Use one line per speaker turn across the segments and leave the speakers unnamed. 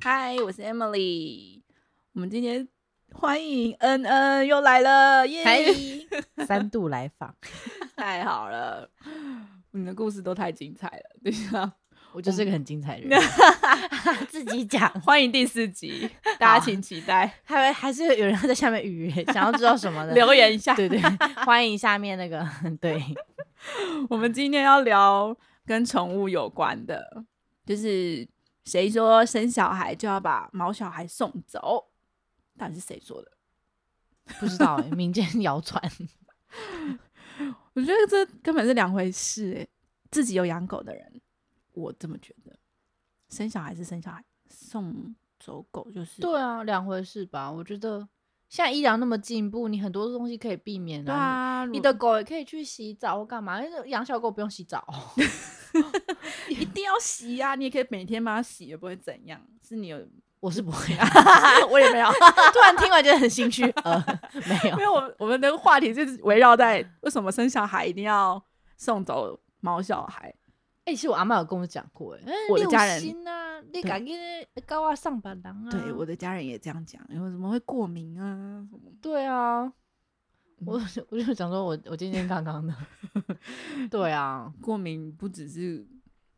嗨，我是 Emily，我们今天欢迎恩恩又来了，耶、
三度来访，
太好了，你的故事都太精彩了，等一下，
我就是个很精彩的人。 自己讲，
欢迎第四集，大家
好
请期待，
还有还是有人在下面预约，想要知道什么 的，
留言一下。
对对，欢迎下面那个对，
我们今天要聊跟宠物有关的，就是谁说生小孩就要把毛小孩送走，到底是谁说的？
不知道欸民 间谣传，
我觉得这根本是两回事、欸。自己有养狗的人，我这么觉得，生小孩是生小孩，送走狗就是
对啊，两回事吧？我觉得现在医疗那么进步，你很多东西可以避免
对啊，
你的狗也可以去洗澡或干嘛？因为养小狗不用洗澡，
一定要洗呀、你也可以每天把它洗，也不会怎样。是你 有，
我是不会 啊。
我也没 有，
突然听完觉得很心虚，呃，没有
因，为我我们的话题就是围绕在为什么生小孩一定要送走毛小孩。
哎、其实我阿妈有跟我讲过、欸，哎，
我的
你有
家人
心啊，你
对
赶紧高啊上班人啊，
对，我的家人也这样讲，因为怎么会过敏啊？什么
对啊，我我就想说我我健健康康 的，对 啊，
过敏不只是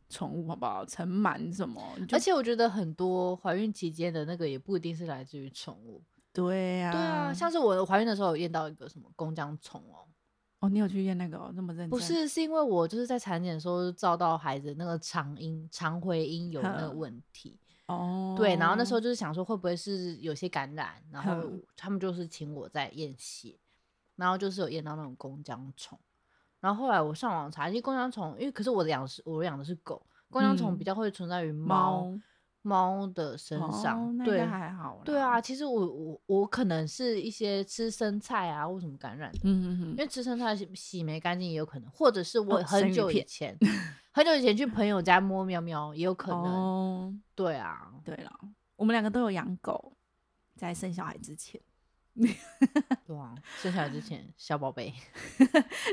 宠物好不好？尘螨什么？你就
而且我觉得很多怀孕期间的那个也不一定是来自于宠物，
对呀、
对啊，像是我怀孕的时候有验到一个什么公姜虫哦，
哦，你有去验那个、哦、那么认真？
不是，是因为我就是在产检的时候照到孩子那个长音长回音有那个
哼
问题，
哦，
对，然后那时候就是想说会不会是有些感染，然后
哼
他们就是请我在验血，然后就是有验到那种弓浆虫，然后后来我上网查，因为弓浆虫，因为可是我养的是我养的是狗，弓浆虫比
嗯
较会存在于猫
猫
猫的身上，
哦、那应
对
该还好啦。
对啊，，其实我我我可能是一些吃生菜啊或什么感染的，
嗯嗯嗯，
因为吃生菜洗洗没干净也有可能，或者是我
哦生
很
鱼
久以
片
前、很久以前去朋友家摸喵喵也有可能，
哦，
对啊，
对了，我们两个都有养狗，在生小孩之前，
对啊，生下来之前，小宝 贝，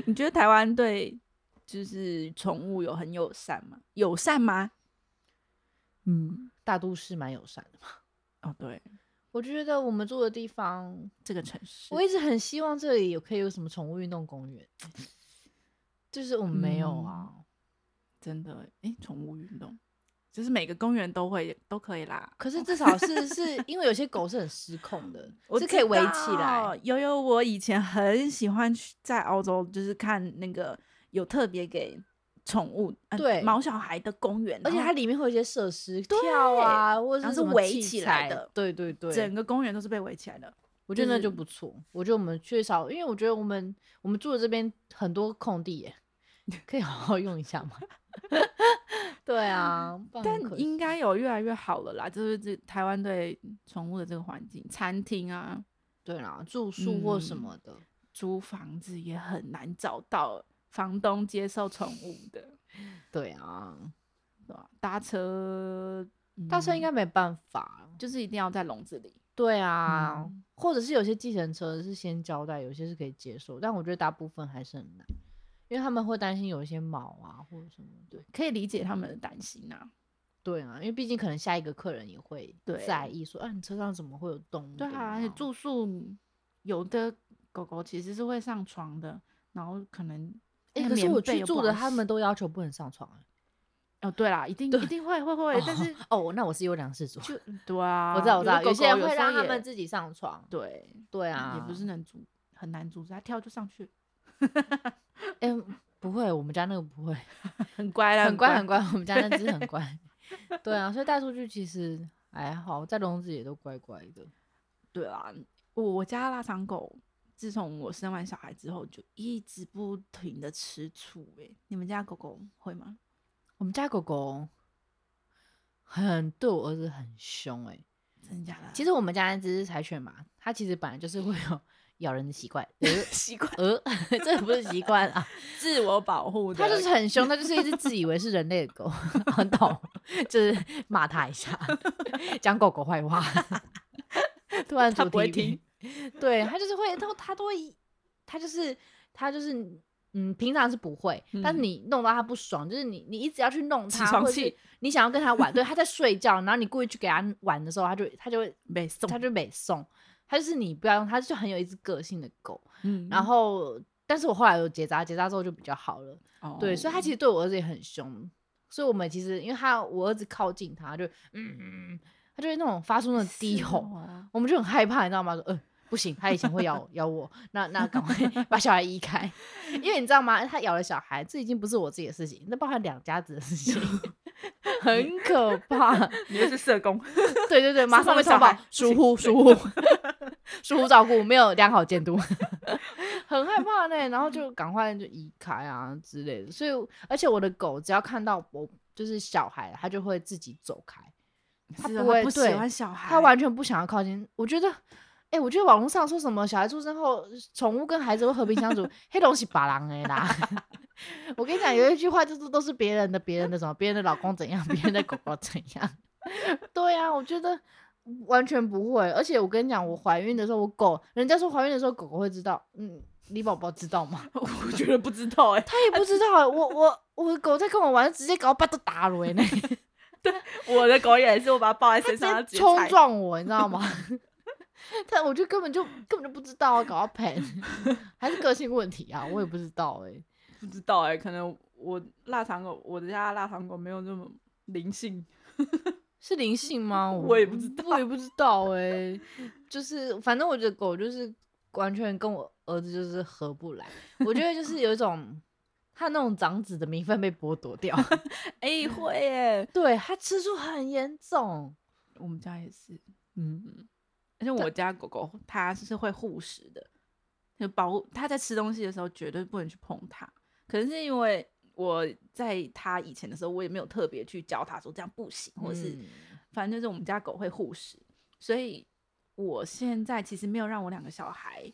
你觉得台湾对就是宠物有很友善吗？友善吗？嗯，
大都市蛮友善的嘛。
哦，对，
我觉得我们住的地方，
这个城市，
我一直很希望这里有可以有什么宠物运动公园， 就是我们没有啊。
真的哎，诶宠物运动就是每个公园都会都可以啦。
可是至少是是因为有些狗是很失控 的，
我
是可以
知
围起
道
来。。
有有，我以前很喜欢去在澳洲，就是看那个有特别给宠物、呃、
对
毛小孩的公园，
而且
然
它
后
里面会有一些设施，跳啊，或者
然后
是
是
什么
围
器
起来
材
的
对对对，
整个公园都是被围起来的。
我觉得那
就
就是不错。我觉得我们缺少，因为我觉得我们我们住的这边很多空地耶，可以好好用一下嘛。 对啊，不然很可
但
惜
应该有越来越好了啦，就是这台湾对宠物的这个环境，餐厅啊、
对啦，住宿或什
嗯
么的。
租房子也很难找到房东接受宠物的，
对啊，
嗯对吧？搭车，
大车应
该
该没办法。
就是一定要在笼子里，
对啊，
嗯
或者是有些计程车是先交代，有些是可以接受，但我觉得大部分还是很难，因为他们会担心有一些毛啊或者什么的。
可以理解他们的担心啊。
对啊，因为毕竟可能下一个客人也会
对
在意说，啊，你车上怎么会有动物的
对
毛？
啊，而且住宿有的狗狗其实是会上床的，然后可能那
哎、
个
可是
棉
我
被
去
又
住
不
的，
好
他
洗
们都要求不能上床、欸。
哦，对啦，一定
对
一定 会会会，但是
哦，那我是优良事主。
就对啊，
我知道，我知道，
有的
有些人
狗狗
会
时候
让他
也
们自己上床。
对，
对啊，
也不是能阻很难阻止，它跳就上去，
哎、不会，我们家那个 不会，
很乖 啦，
啊很乖很
乖。
乖，我们家那只很 乖。对啊，所以带出去其实还好，在笼子也都乖乖的。
对啊，我我家腊肠狗自从我生完小孩之后，就一直不停的吃醋、欸。你们家狗狗会吗？
我们家狗狗很对我儿子很凶哎、
真的假的？
其
实
实我们家那只柴犬嘛，它其实本来就是会有 咬人的 习惯。呃
习惯
呃，这不是习惯啊，
自我保护的，
它就是很凶，它就是一只自以为是人类的狗， 很懂，就是骂它一下， 讲狗狗坏话。 突然
它
主
不会
题
听，
对它就是会，它它都会，它就是它就是。嗯，平常是不会，但是
嗯
你弄到它不爽，就是你你一直要去弄
起
它，
床
或者是
气
你想要跟它玩，对，它在睡觉，然后你故意去给它玩的时候，它就它就会
没送
它就没送，它就是你不要用，它就很有一只个性的狗。
嗯
然后，但是我后来有结扎，结扎之后就比较好了。
嗯哦
对，所以他其
实
实对我儿子也很凶。所以我们其实因为他我儿子靠近他就嗯嗯，嗯，他就会那种发
哦
出那种低吼，我们就很害怕，你知道吗？说呃不行，他以前会咬 咬我，那那赶快把小孩移开，因为你知道吗？他咬了小孩，这已经不是我自己的事情，那包含两家子的事情， 很可怕。
你又是社 工，
对对对，马上被通
上
报
面，小
疏
孩
忽疏忽 疏忽照顾，没有良好监督， 很害怕呢。然后就赶快就移开啊之类的。所以，而且我的狗只要看到我就是小孩，它就会自己走开，它
是
不
哦
会
不喜
对
欢小孩，
它完全不想要靠近。我觉得。哎、我觉得网络上说什么小孩出生后，呃宠物跟孩子会和平相处，黑东西把狼哎啦！ 我跟你讲，有一句话就是都是别人的，别人的什么，别人的老公怎样，别人的狗狗怎样。 对啊，我觉得完全不会。而且我跟你讲，我怀孕的时候，我狗，人家说怀孕的时候狗狗会知道，嗯，你宝宝知道吗？
我觉得不知道 哎，
它也不知道欸。我我我的狗在跟我玩，直接搞把都打了欸呢，
我的狗也是，我把它抱在身上，它直
直接
接
冲
踩
撞我，你知道吗？ 它我就根本就根本就不知道啊，搞到 喷，还是个性问题啊，我也不知道哎、
不知道哎、可能我腊肠狗，我的家的腊肠狗没有那么灵性，
是灵性吗？
我也不知
道，我也不知道哎、 就是反正我觉得狗就是完全跟我儿子就是合不来，我觉得就是有一种他那种长子的名分被剥 夺掉，
哎、会哎、
对他吃素很严重，
我们家也是，嗯，而且我家狗狗它是会护食的，就保护它在吃东西的时候绝对不能去碰它。可能是因为我在它以前的时候，我也没有特别去教它说这样不行，或者是、
嗯
反正就是我们家狗会护食，所以我现在其实没有让我两个小孩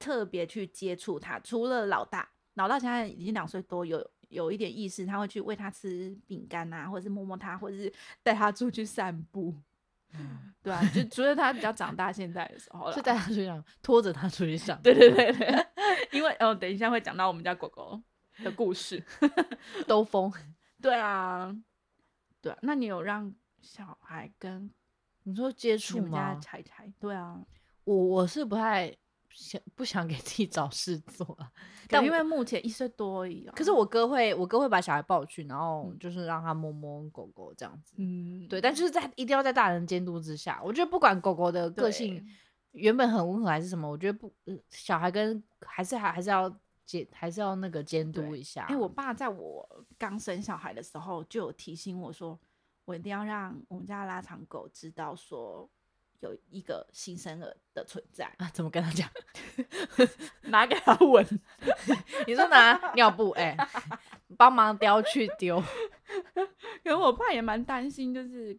特别去接触它，除了老大，老大现在已经两岁多，有有一点意识，他会去喂它吃饼干啊，或者是摸摸它，或者是带它出去散步，对啊，就除了它比较长大现在的时候
就
了。
带他出去上，拖着他出去上，
对对对对， 因为哦，等一下会讲到我们家狗狗的故事。
兜风。
对啊，对啊，那你有让小孩跟
你说接
你
触
们家
吗？
柴柴？对啊，
我我是不太想不想给自己找事做啊，但
但
我
因为目前一岁多而已、啊。
可是，我哥会，我哥会把小孩抱去，然后
嗯
就是让他摸摸狗狗这样子。
嗯，
对，但就是在一定要在大人监督之下，我觉得不管狗狗的个
对
性原本很温和还是什么，我觉得不，呃小孩跟还是还还是要监，还是要那个监督
对
一下。，
哎、我爸在我刚生小孩的时候就有提醒我说，我一定要让我们家的拉长狗知道说有一个新生儿的存在
啊，怎么跟他 讲？
拿给他闻。
你说拿尿布，哎、 帮忙叼去丢，
因为我爸也蛮担心，就是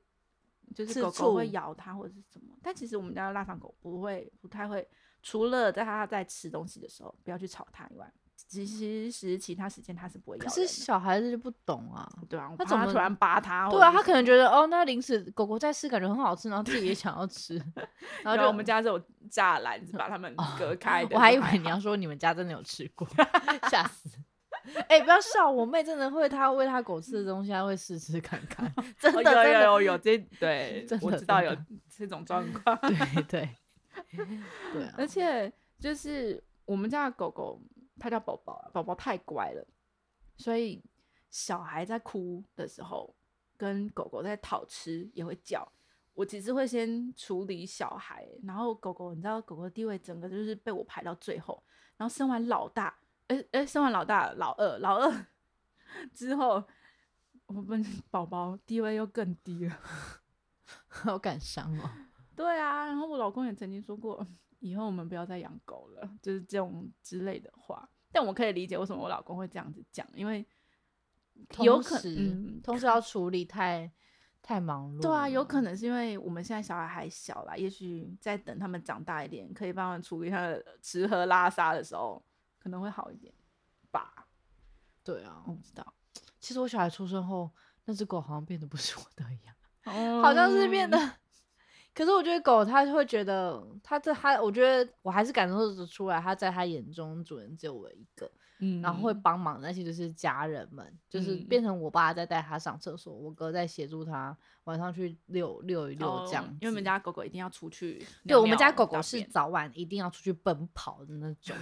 就
吃
是狗狗会
醋
咬它或者是什么，但其实我们家的腊肠狗不会，不太会，除了在它在吃东西的时候不要去吵它以外，其其实其他时间它是不会咬
可
人
是
的。
小孩子就不懂啊。
对啊，我
它
怕
怎
它
么
突然扒它？
对啊，
或者
他
是
可能觉得哦，那零食狗狗在吃，感觉很好吃，然后自己也想要吃， 然后
然啊
就嗯哦
后我们家这种栅栏子把它们隔开的。
我还以
就
为你
好
要说你们家真的有吃过，吓死！哎、不要笑，我妹真的会，她喂她狗吃的东西，她会试吃看 看，真的
哦有
真的，
有有有这对
真，
我
的
知道
真
有
的
这种状况。
对对对啊
而且就是我们家的狗狗，它叫宝宝啊，宝宝太乖了，所以小孩在哭的时候，跟狗狗在讨吃也会叫。我其实会先处理小孩，然后狗狗，你知道狗狗的地位整个就是被我排到最后，然后生完老大，哎、哎、生完老大、老二、老二 之后，我们宝宝地位又更低了。
好感伤哦。
对啊，然后我老公也曾经说过，以后我们不要再养狗了，就是这种之类的话。但我可以理解为什么我老 公会这样子讲，因为有
同
可
时
嗯，
同时要处理太太忙碌了。
对啊，有可能是因为我们现在小孩还小啦，也许再等他们长大一点，可以帮忙处理他的吃喝拉撒的时候，可能会好一点吧。
对啊
我。不知道，
其实我小孩出生后，那只狗好像变得不是我的 一样，好像是变得
嗯。
可是我觉得狗它会觉得，它这它，我觉得我还是感受得出来，它在它眼中主人只有我一个，
嗯
然后会帮忙那些就是家人们，就是
嗯
变成我爸在带它上厕所，我哥在协助它晚上去遛遛一遛
哦
这样、
因为我们家狗狗一定要出去
对
尿尿。
我们家狗狗
大
是
便
早晚一定要出去奔跑的那种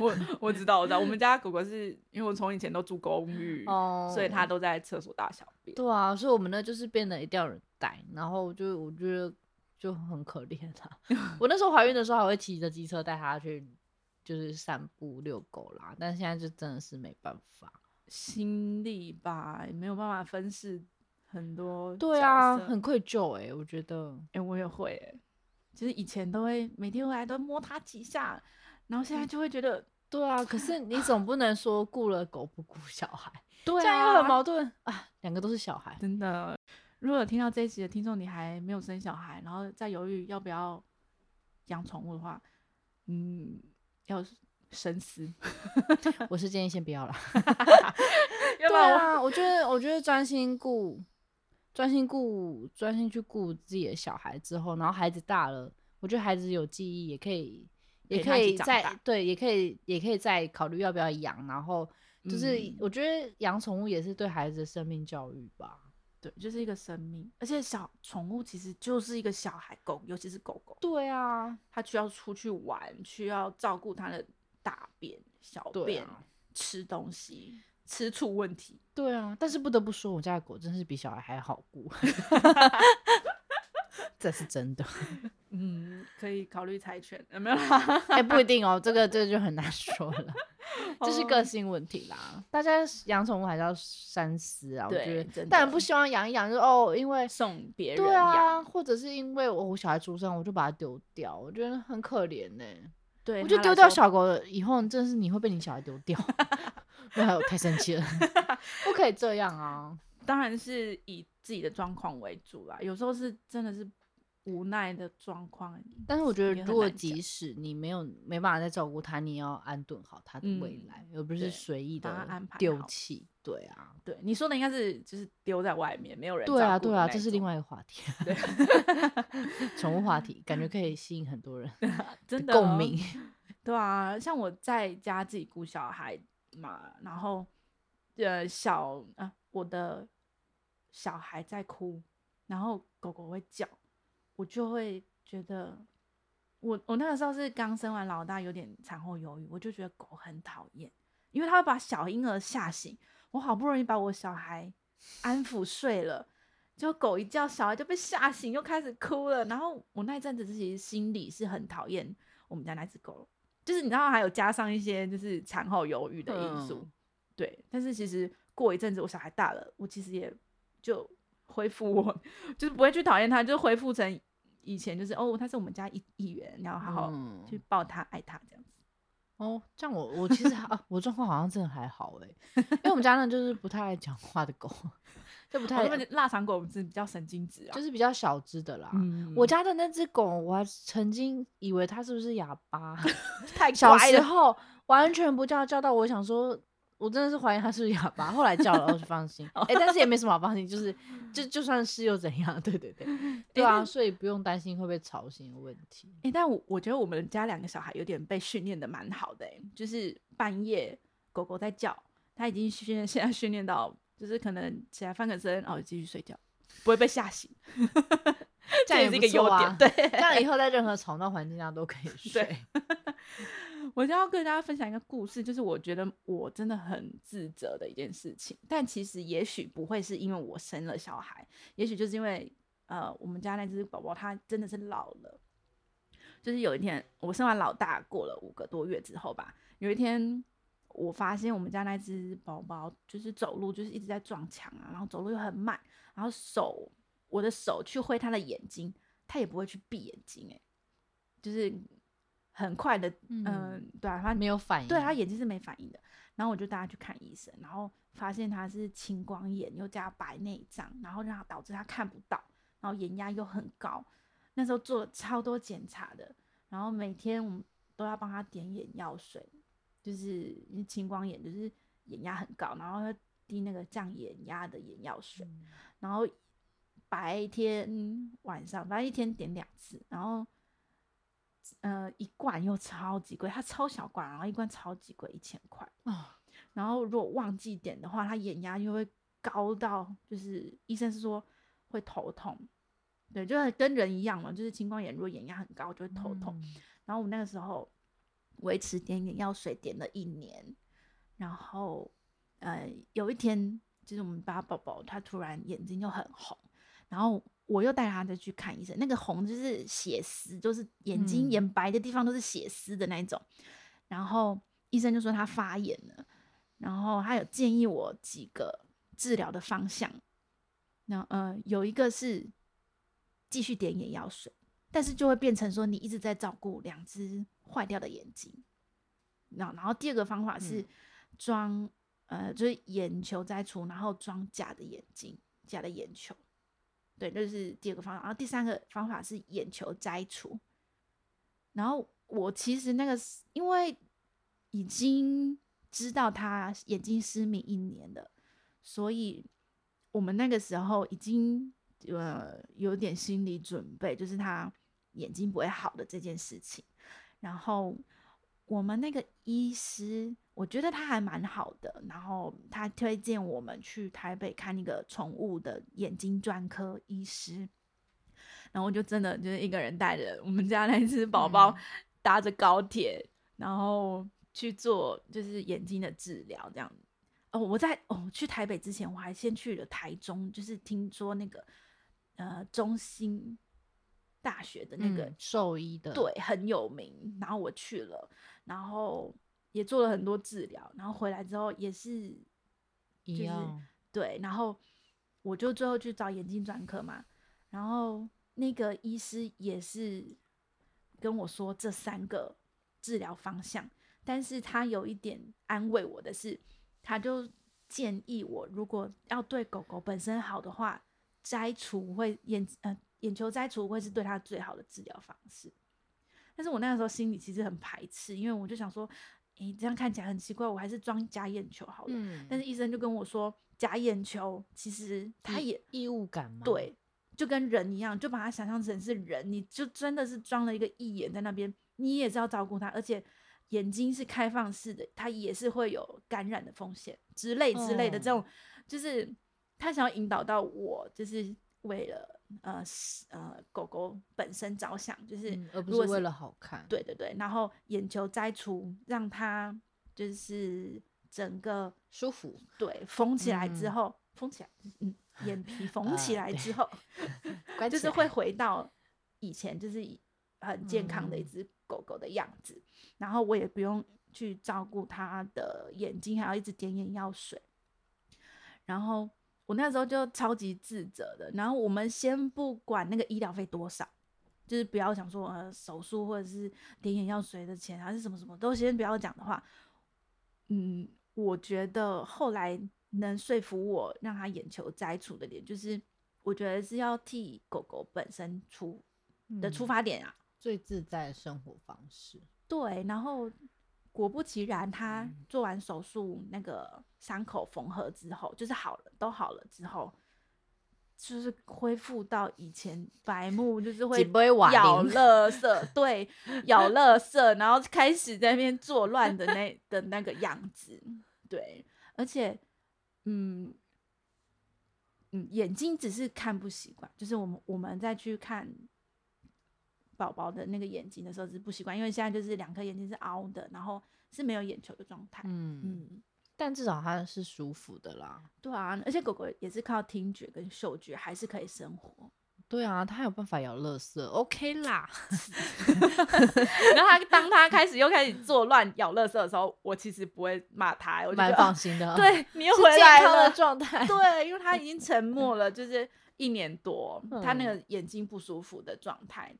我我知道，我知道，我们家狗狗是因为我从以前都住公寓，
哦，
所以它都在厕所大小便。
对啊，所以我们那就是变得一定要有人带，然后就我觉得就很可怜啦。 我那时候怀孕的时候还会骑着机车带它去，就是散步遛狗啦，但现在就真的是没办法。
心力吧，也没有办法分饰很多。
对啊，很愧疚哎、我觉得
哎、我也会、欸，就是以前都会每天回来都摸它几下，然后现在就会觉得，
对啊，可是你总不能说顾了狗不顾小孩，
对
这样又很
啊，
矛盾啊，两个都是小孩。
真的。如果有听到这一集的听众，你还没有生小孩，然后在犹豫要不要养宠物的话，嗯，要深思，
我是建议先不要啦。
要不
对
然我
啊，我觉得我觉得专心顾，专心顾，专心去顾自己的小孩之后，然后孩子大了，我觉得孩子有记忆也可以，也
陪他
可
一起
以
长
再
大
对，也可以也可以再考虑要不要养，然后就是、
嗯
我觉得养宠物也是对孩子的生命教育吧。
对，就是一个生命，而且小宠物其实就是一个小孩狗，尤其是狗狗，
对啊，
它需要出去玩，需要照顾它的大便、小
对
便、
啊，
吃东西、吃醋问题。
对啊。但是不得不说，我家的狗真是比小孩还好 顾，这是真的。
嗯，可以考虑柴犬，有没 有啦？
哎、不一定哦，这个这个就很难说了。这是 个
哦
性问题啦。大家养宠物还是要三思啊。我
对
觉得，
真
当然
的
不希望养一养就哦，因为
送别人
对
养，
啊，或者是因为我我小孩出生，我就把它丢掉，我觉得很可怜呢、
对，
我觉得
它
丢
来
掉
说
小狗了以后，真的是你会被你小孩丢 掉。没有，太生气了，不可以这样啊！
当然是以自己的状况为主啦，有时候是真的是无奈的状况。
但是我觉得，
也很
如果
难讲
即使你没有没办法再照顾它，你也要安顿好它的未
嗯
来，而不是
对
随意
把它
的
安排
丢
好
弃。对啊，
对，你说的应该是就是丢在外面，没有人
对
照
啊，
顾
对
的
啊，
那
这
一
是另
种
外一个话题。
对，
宠物话题，感觉可以吸引很多人
啊真的哦
共鸣。
对啊，像我在家自己顾小孩嘛，然后呃小啊我的小孩在哭，然后狗狗会叫，我就会觉得我我那个时候是刚生完老大，有点产后忧郁，我就觉得狗很讨厌，因为它会把小婴儿吓醒。我好不容易把我小孩安抚睡了，结果狗一叫，小孩就被吓醒，又开始哭了。然后我那一阵子其实心里是很讨厌我们家那只狗，就是你知道还有加上一些就是产后忧郁的因素，
嗯
对。但是其实过一阵子我小孩大了，我其实也就恢复我，就是不会去讨厌它，就恢复成以前就是哦，它是我们家一一员，然后好好
嗯
去抱它、爱它这样子。
哦，这样我我其实还啊，我状况好像真的还好哎、因为我们家那就是不太爱讲话的狗，就不
它
太、
哦们腊肠狗是比较神经质啊，
就是比较小只的啦。
嗯
我家的那只狗，我还曾经以为它是不是哑巴，
太
小
乖
时
了
候完全不叫，叫到我想说，我真的是怀疑它是不是哑巴。后来叫了，我就放心。
哦
哎、但是也没什么好 放心，就是就就算是又怎样？对对对，对啊，
那
所以不用担心会被吵醒的问 题。
哎、但我我觉得我们家两个小孩有点被训练的蛮好的、欸，就是半夜狗狗在叫，他已经训练现在训练到，就是可能起来翻个身，哦，继续睡觉，不会被吓醒，
这样
也
也
是一
不
个优
错啊
点。对，
这样以后在任何吵闹环境下都可以睡
对。我就要跟大家分享一个故事，就是我觉得我真的很自责的一件事情，但其实也许不会是因为我生了小孩，也许就是因为呃，我们家那只宝宝它真的是老了。就是有一天，我生完老大过了五个多月之后吧，有一天我发现我们家那只宝宝就是走路就是一直在撞墙啊，然后走路又很慢，然后手我的手去挥它的眼睛，它也不会去闭眼睛、欸，就是很快的，嗯、
嗯
对啊，它
没有反应，
对他眼睛是没反应的。然后我就带他去看医生，然后发现他是青光眼，又加白内障，然后让他导致他看不到，然后眼压又很高。那时候做了超多检查的，然后每天我们都要帮他点眼药水，就是因为青光眼就是眼压很高，然后要滴那个降眼压的眼药水，然后白天晚上反正一天点两次，然后呃一罐又超级贵，它超小罐，然后一罐超级贵，一千块。
啊，
然后如果忘记点的话，他眼压就会高到，就是医生是说会头痛，对，就是跟人一样嘛，就是青光眼，如果眼压很高就会头痛。
嗯
然后我那个时候维持点眼药水点了一年，然后呃有一天就是我们家宝宝他突然眼睛就很红，然后我又带他再去看医生，那个红就是血丝，就是眼睛
嗯
眼白的地方都是血丝的那一种，然后医生就说他发炎了，然后他有建议我几个治疗的方向，那呃有一个是继续点眼药水。但是就会变成说你一直在照顾两只坏掉的眼睛。然后，然后第二个方法是
嗯
装、呃，就是眼球摘除，然后装假的眼睛，假的眼球。对，这、就是第二个方法。然后第三个方法是眼球摘除。然后我其实那个是因为已经知道他眼睛失明一年了，所以我们那个时候已经呃有点心理准备，就是他眼睛不会好的这件事情。然后我们那个医师，我觉得他还蛮好的，然后他推荐我们去台北看一个宠物的眼睛专科医师。然后我就真的就是一个人带着我们家那只宝宝
嗯
搭着高铁，然后去做就是眼睛的治疗这样子。哦，我在哦去台北之前，我还先去了台中，就是听说那个呃中兴大学的那个、
嗯兽医的，
对很有名，然后我去了，然后也做了很多治疗，然后回来之后也是
一
就是
样，
对，然后我就最后去找眼睛专科嘛，然后那个医师也是跟我说这三个治疗方向，但是他有一点安慰我的是，他就建议我如果要对狗狗本身好的话，摘除会眼呃眼球摘除会是对它最好的治疗方式。但是我那个时候心里其实很排斥，因为我就想说，诶、这样看起来很奇怪，我还是装假眼球好了。
嗯
但是医生就跟我说，假眼球其实它
异
也
异物感吗？，
对，就跟人一样，就把它想象成是人，你就真的是装了一个义眼在那边，你也是要照顾它，而且眼睛是开放式的，它也是会有感染的风险之类之类的这种，
嗯
就是他想要引导到我，就是为了呃是呃狗狗本身着想，就是、
嗯，而不
如果
是为
是
了好看，，
对对对，然后眼球摘除，让它就是整个
舒服，
对，缝起来之
嗯
后，缝起来，嗯，眼 皮缝起
呃
来
对
之后，
关
就
起
是
来
会回到以前就是以很健康的一
嗯
只狗狗的样子。然后我也不用去照顾它的眼睛，还要一直点眼药水。然后我那时候就超级自责的。然后我们先不管那个医疗费多少，就是不要想说呃手术或者是点眼药水的钱还是什么什么，都先不要讲的话，嗯，我觉得后来能说服我让他眼球摘除的点，就是我觉得是要替狗狗本身出的出
嗯
发点啊。
最自在的生活方式，
对，然后果不其然，他
嗯
做完手术那个伤口缝合之后，就是好了，都好了之后，就是恢复到以前白目，就是会
不会瓦
咬
铃
垃圾，对，咬 垃圾，然后开始在那边作乱的那的那个样子，对，而且，嗯。嗯，眼睛只是看不习惯，就是我们我们再去看宝宝的那个眼睛的时候是不习惯，因为现在就是两颗眼睛是凹的，然后是没有眼球的状态。
嗯，
嗯，
但至少它是舒服的啦。
对啊，而且狗狗也是靠听觉跟嗅觉还是可以生活，
对啊，它有办法咬垃圾，OK 啦。
然后它当它开始又开始作乱咬垃圾的时候，我其实不会骂它，我就觉
蛮
得
放
哦
心 的，，
对你又
是
回
健
来
康的
了，
状态。
对，因为它已经沉默了，就是一年多，它那
嗯
个眼睛不舒服的状态，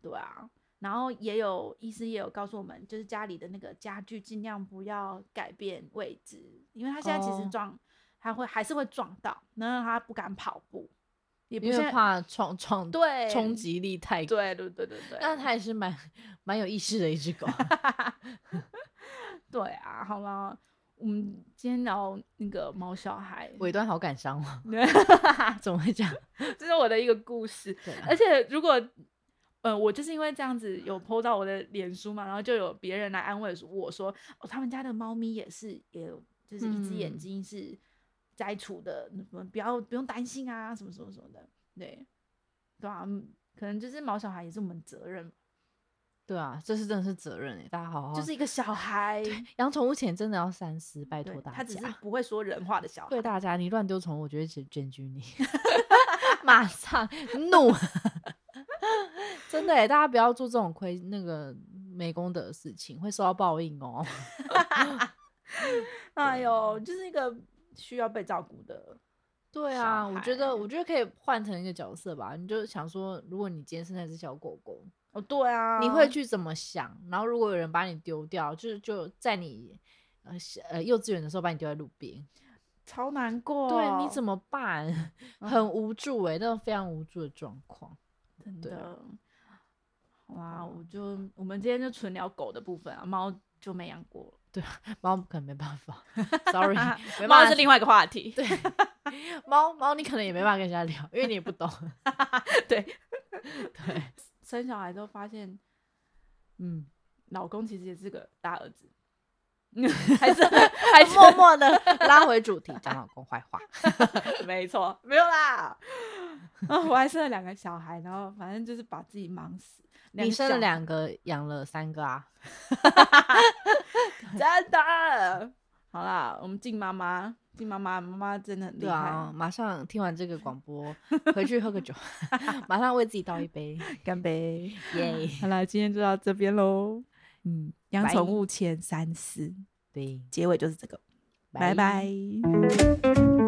对啊，然后也有医师也有告诉我们，就是家里的那个家具尽量不要改变位置，因为他现在其实
哦
撞，他会还是会撞到，然后他不敢跑步，也不
因为
是
怕冲冲
对
冲，击力太大。
对对对对对，
那它也是蛮蛮有意识的一只狗。啊
对啊，好了，我们今天聊那个毛小孩，
尾端好感伤 哦，怎么会这样？
这是我的一个故事。
对啊
而且如果，呃，我就是因为这样子有 PO 到我的脸书嘛，然后就有别人来安慰我说，哦，他们家的猫咪也是，也有就是一只眼
嗯
睛是摘除的，什么不要不用担心啊，什么什么什么的，对，对啊，嗯可能就是毛小孩也是我们责任，
对啊，这是真的是责任哎，大家好好。
就是一个小孩，
养宠物前真的要三思，拜
对
托，大
他只是
家。
不会说人话的小孩
对。大家，你乱丢宠物，我就会检检举 你，马上怒。 真的哎，大家不要做这种亏那个没公德的事情，会受到报应哦。
哎呦，就是一个需要被照顾的，
对
小
啊，我觉
孩
得我觉得可以换成一个角色吧。你就想说，如果你今天是那只小狗狗，
哦，对啊，
你会去怎么想？然后如果有人把你丢掉，就是就在你呃小呃幼稚园的时候把你丢在路边，
超难过，
对，你怎
么
么办？
嗯
很无助哎、那种非常无助的状况。
真
对
的
啊？
哇，
好
我就我们今天就纯聊狗的部分啊，猫就没养过
猫可能没办法 ，sorry，没
了，
办
猫
法
是另外一个话题，
对猫猫你可能也没办法跟人家聊，因为你也不 懂。
对，
对，
生小孩之后发现
嗯，
老公其实也是个大儿子，还是还是
默默 的拉回主题，讲老公坏 话。
没错，没有 啦。啊，我还生了两个小孩，然后反正就是把自己忙死。
你生了
小
两个，养了三个啊？
真的。好啦，我们静妈妈，静妈妈，妈妈真的很厉
对
害，
啊，马上听完这个广 播，回去喝个酒，马上为自己倒一 杯，
干杯！
耶！
好啦，今天就到这边喽。嗯，养
拜
宠物前三思，
对，
结尾就是这个，拜拜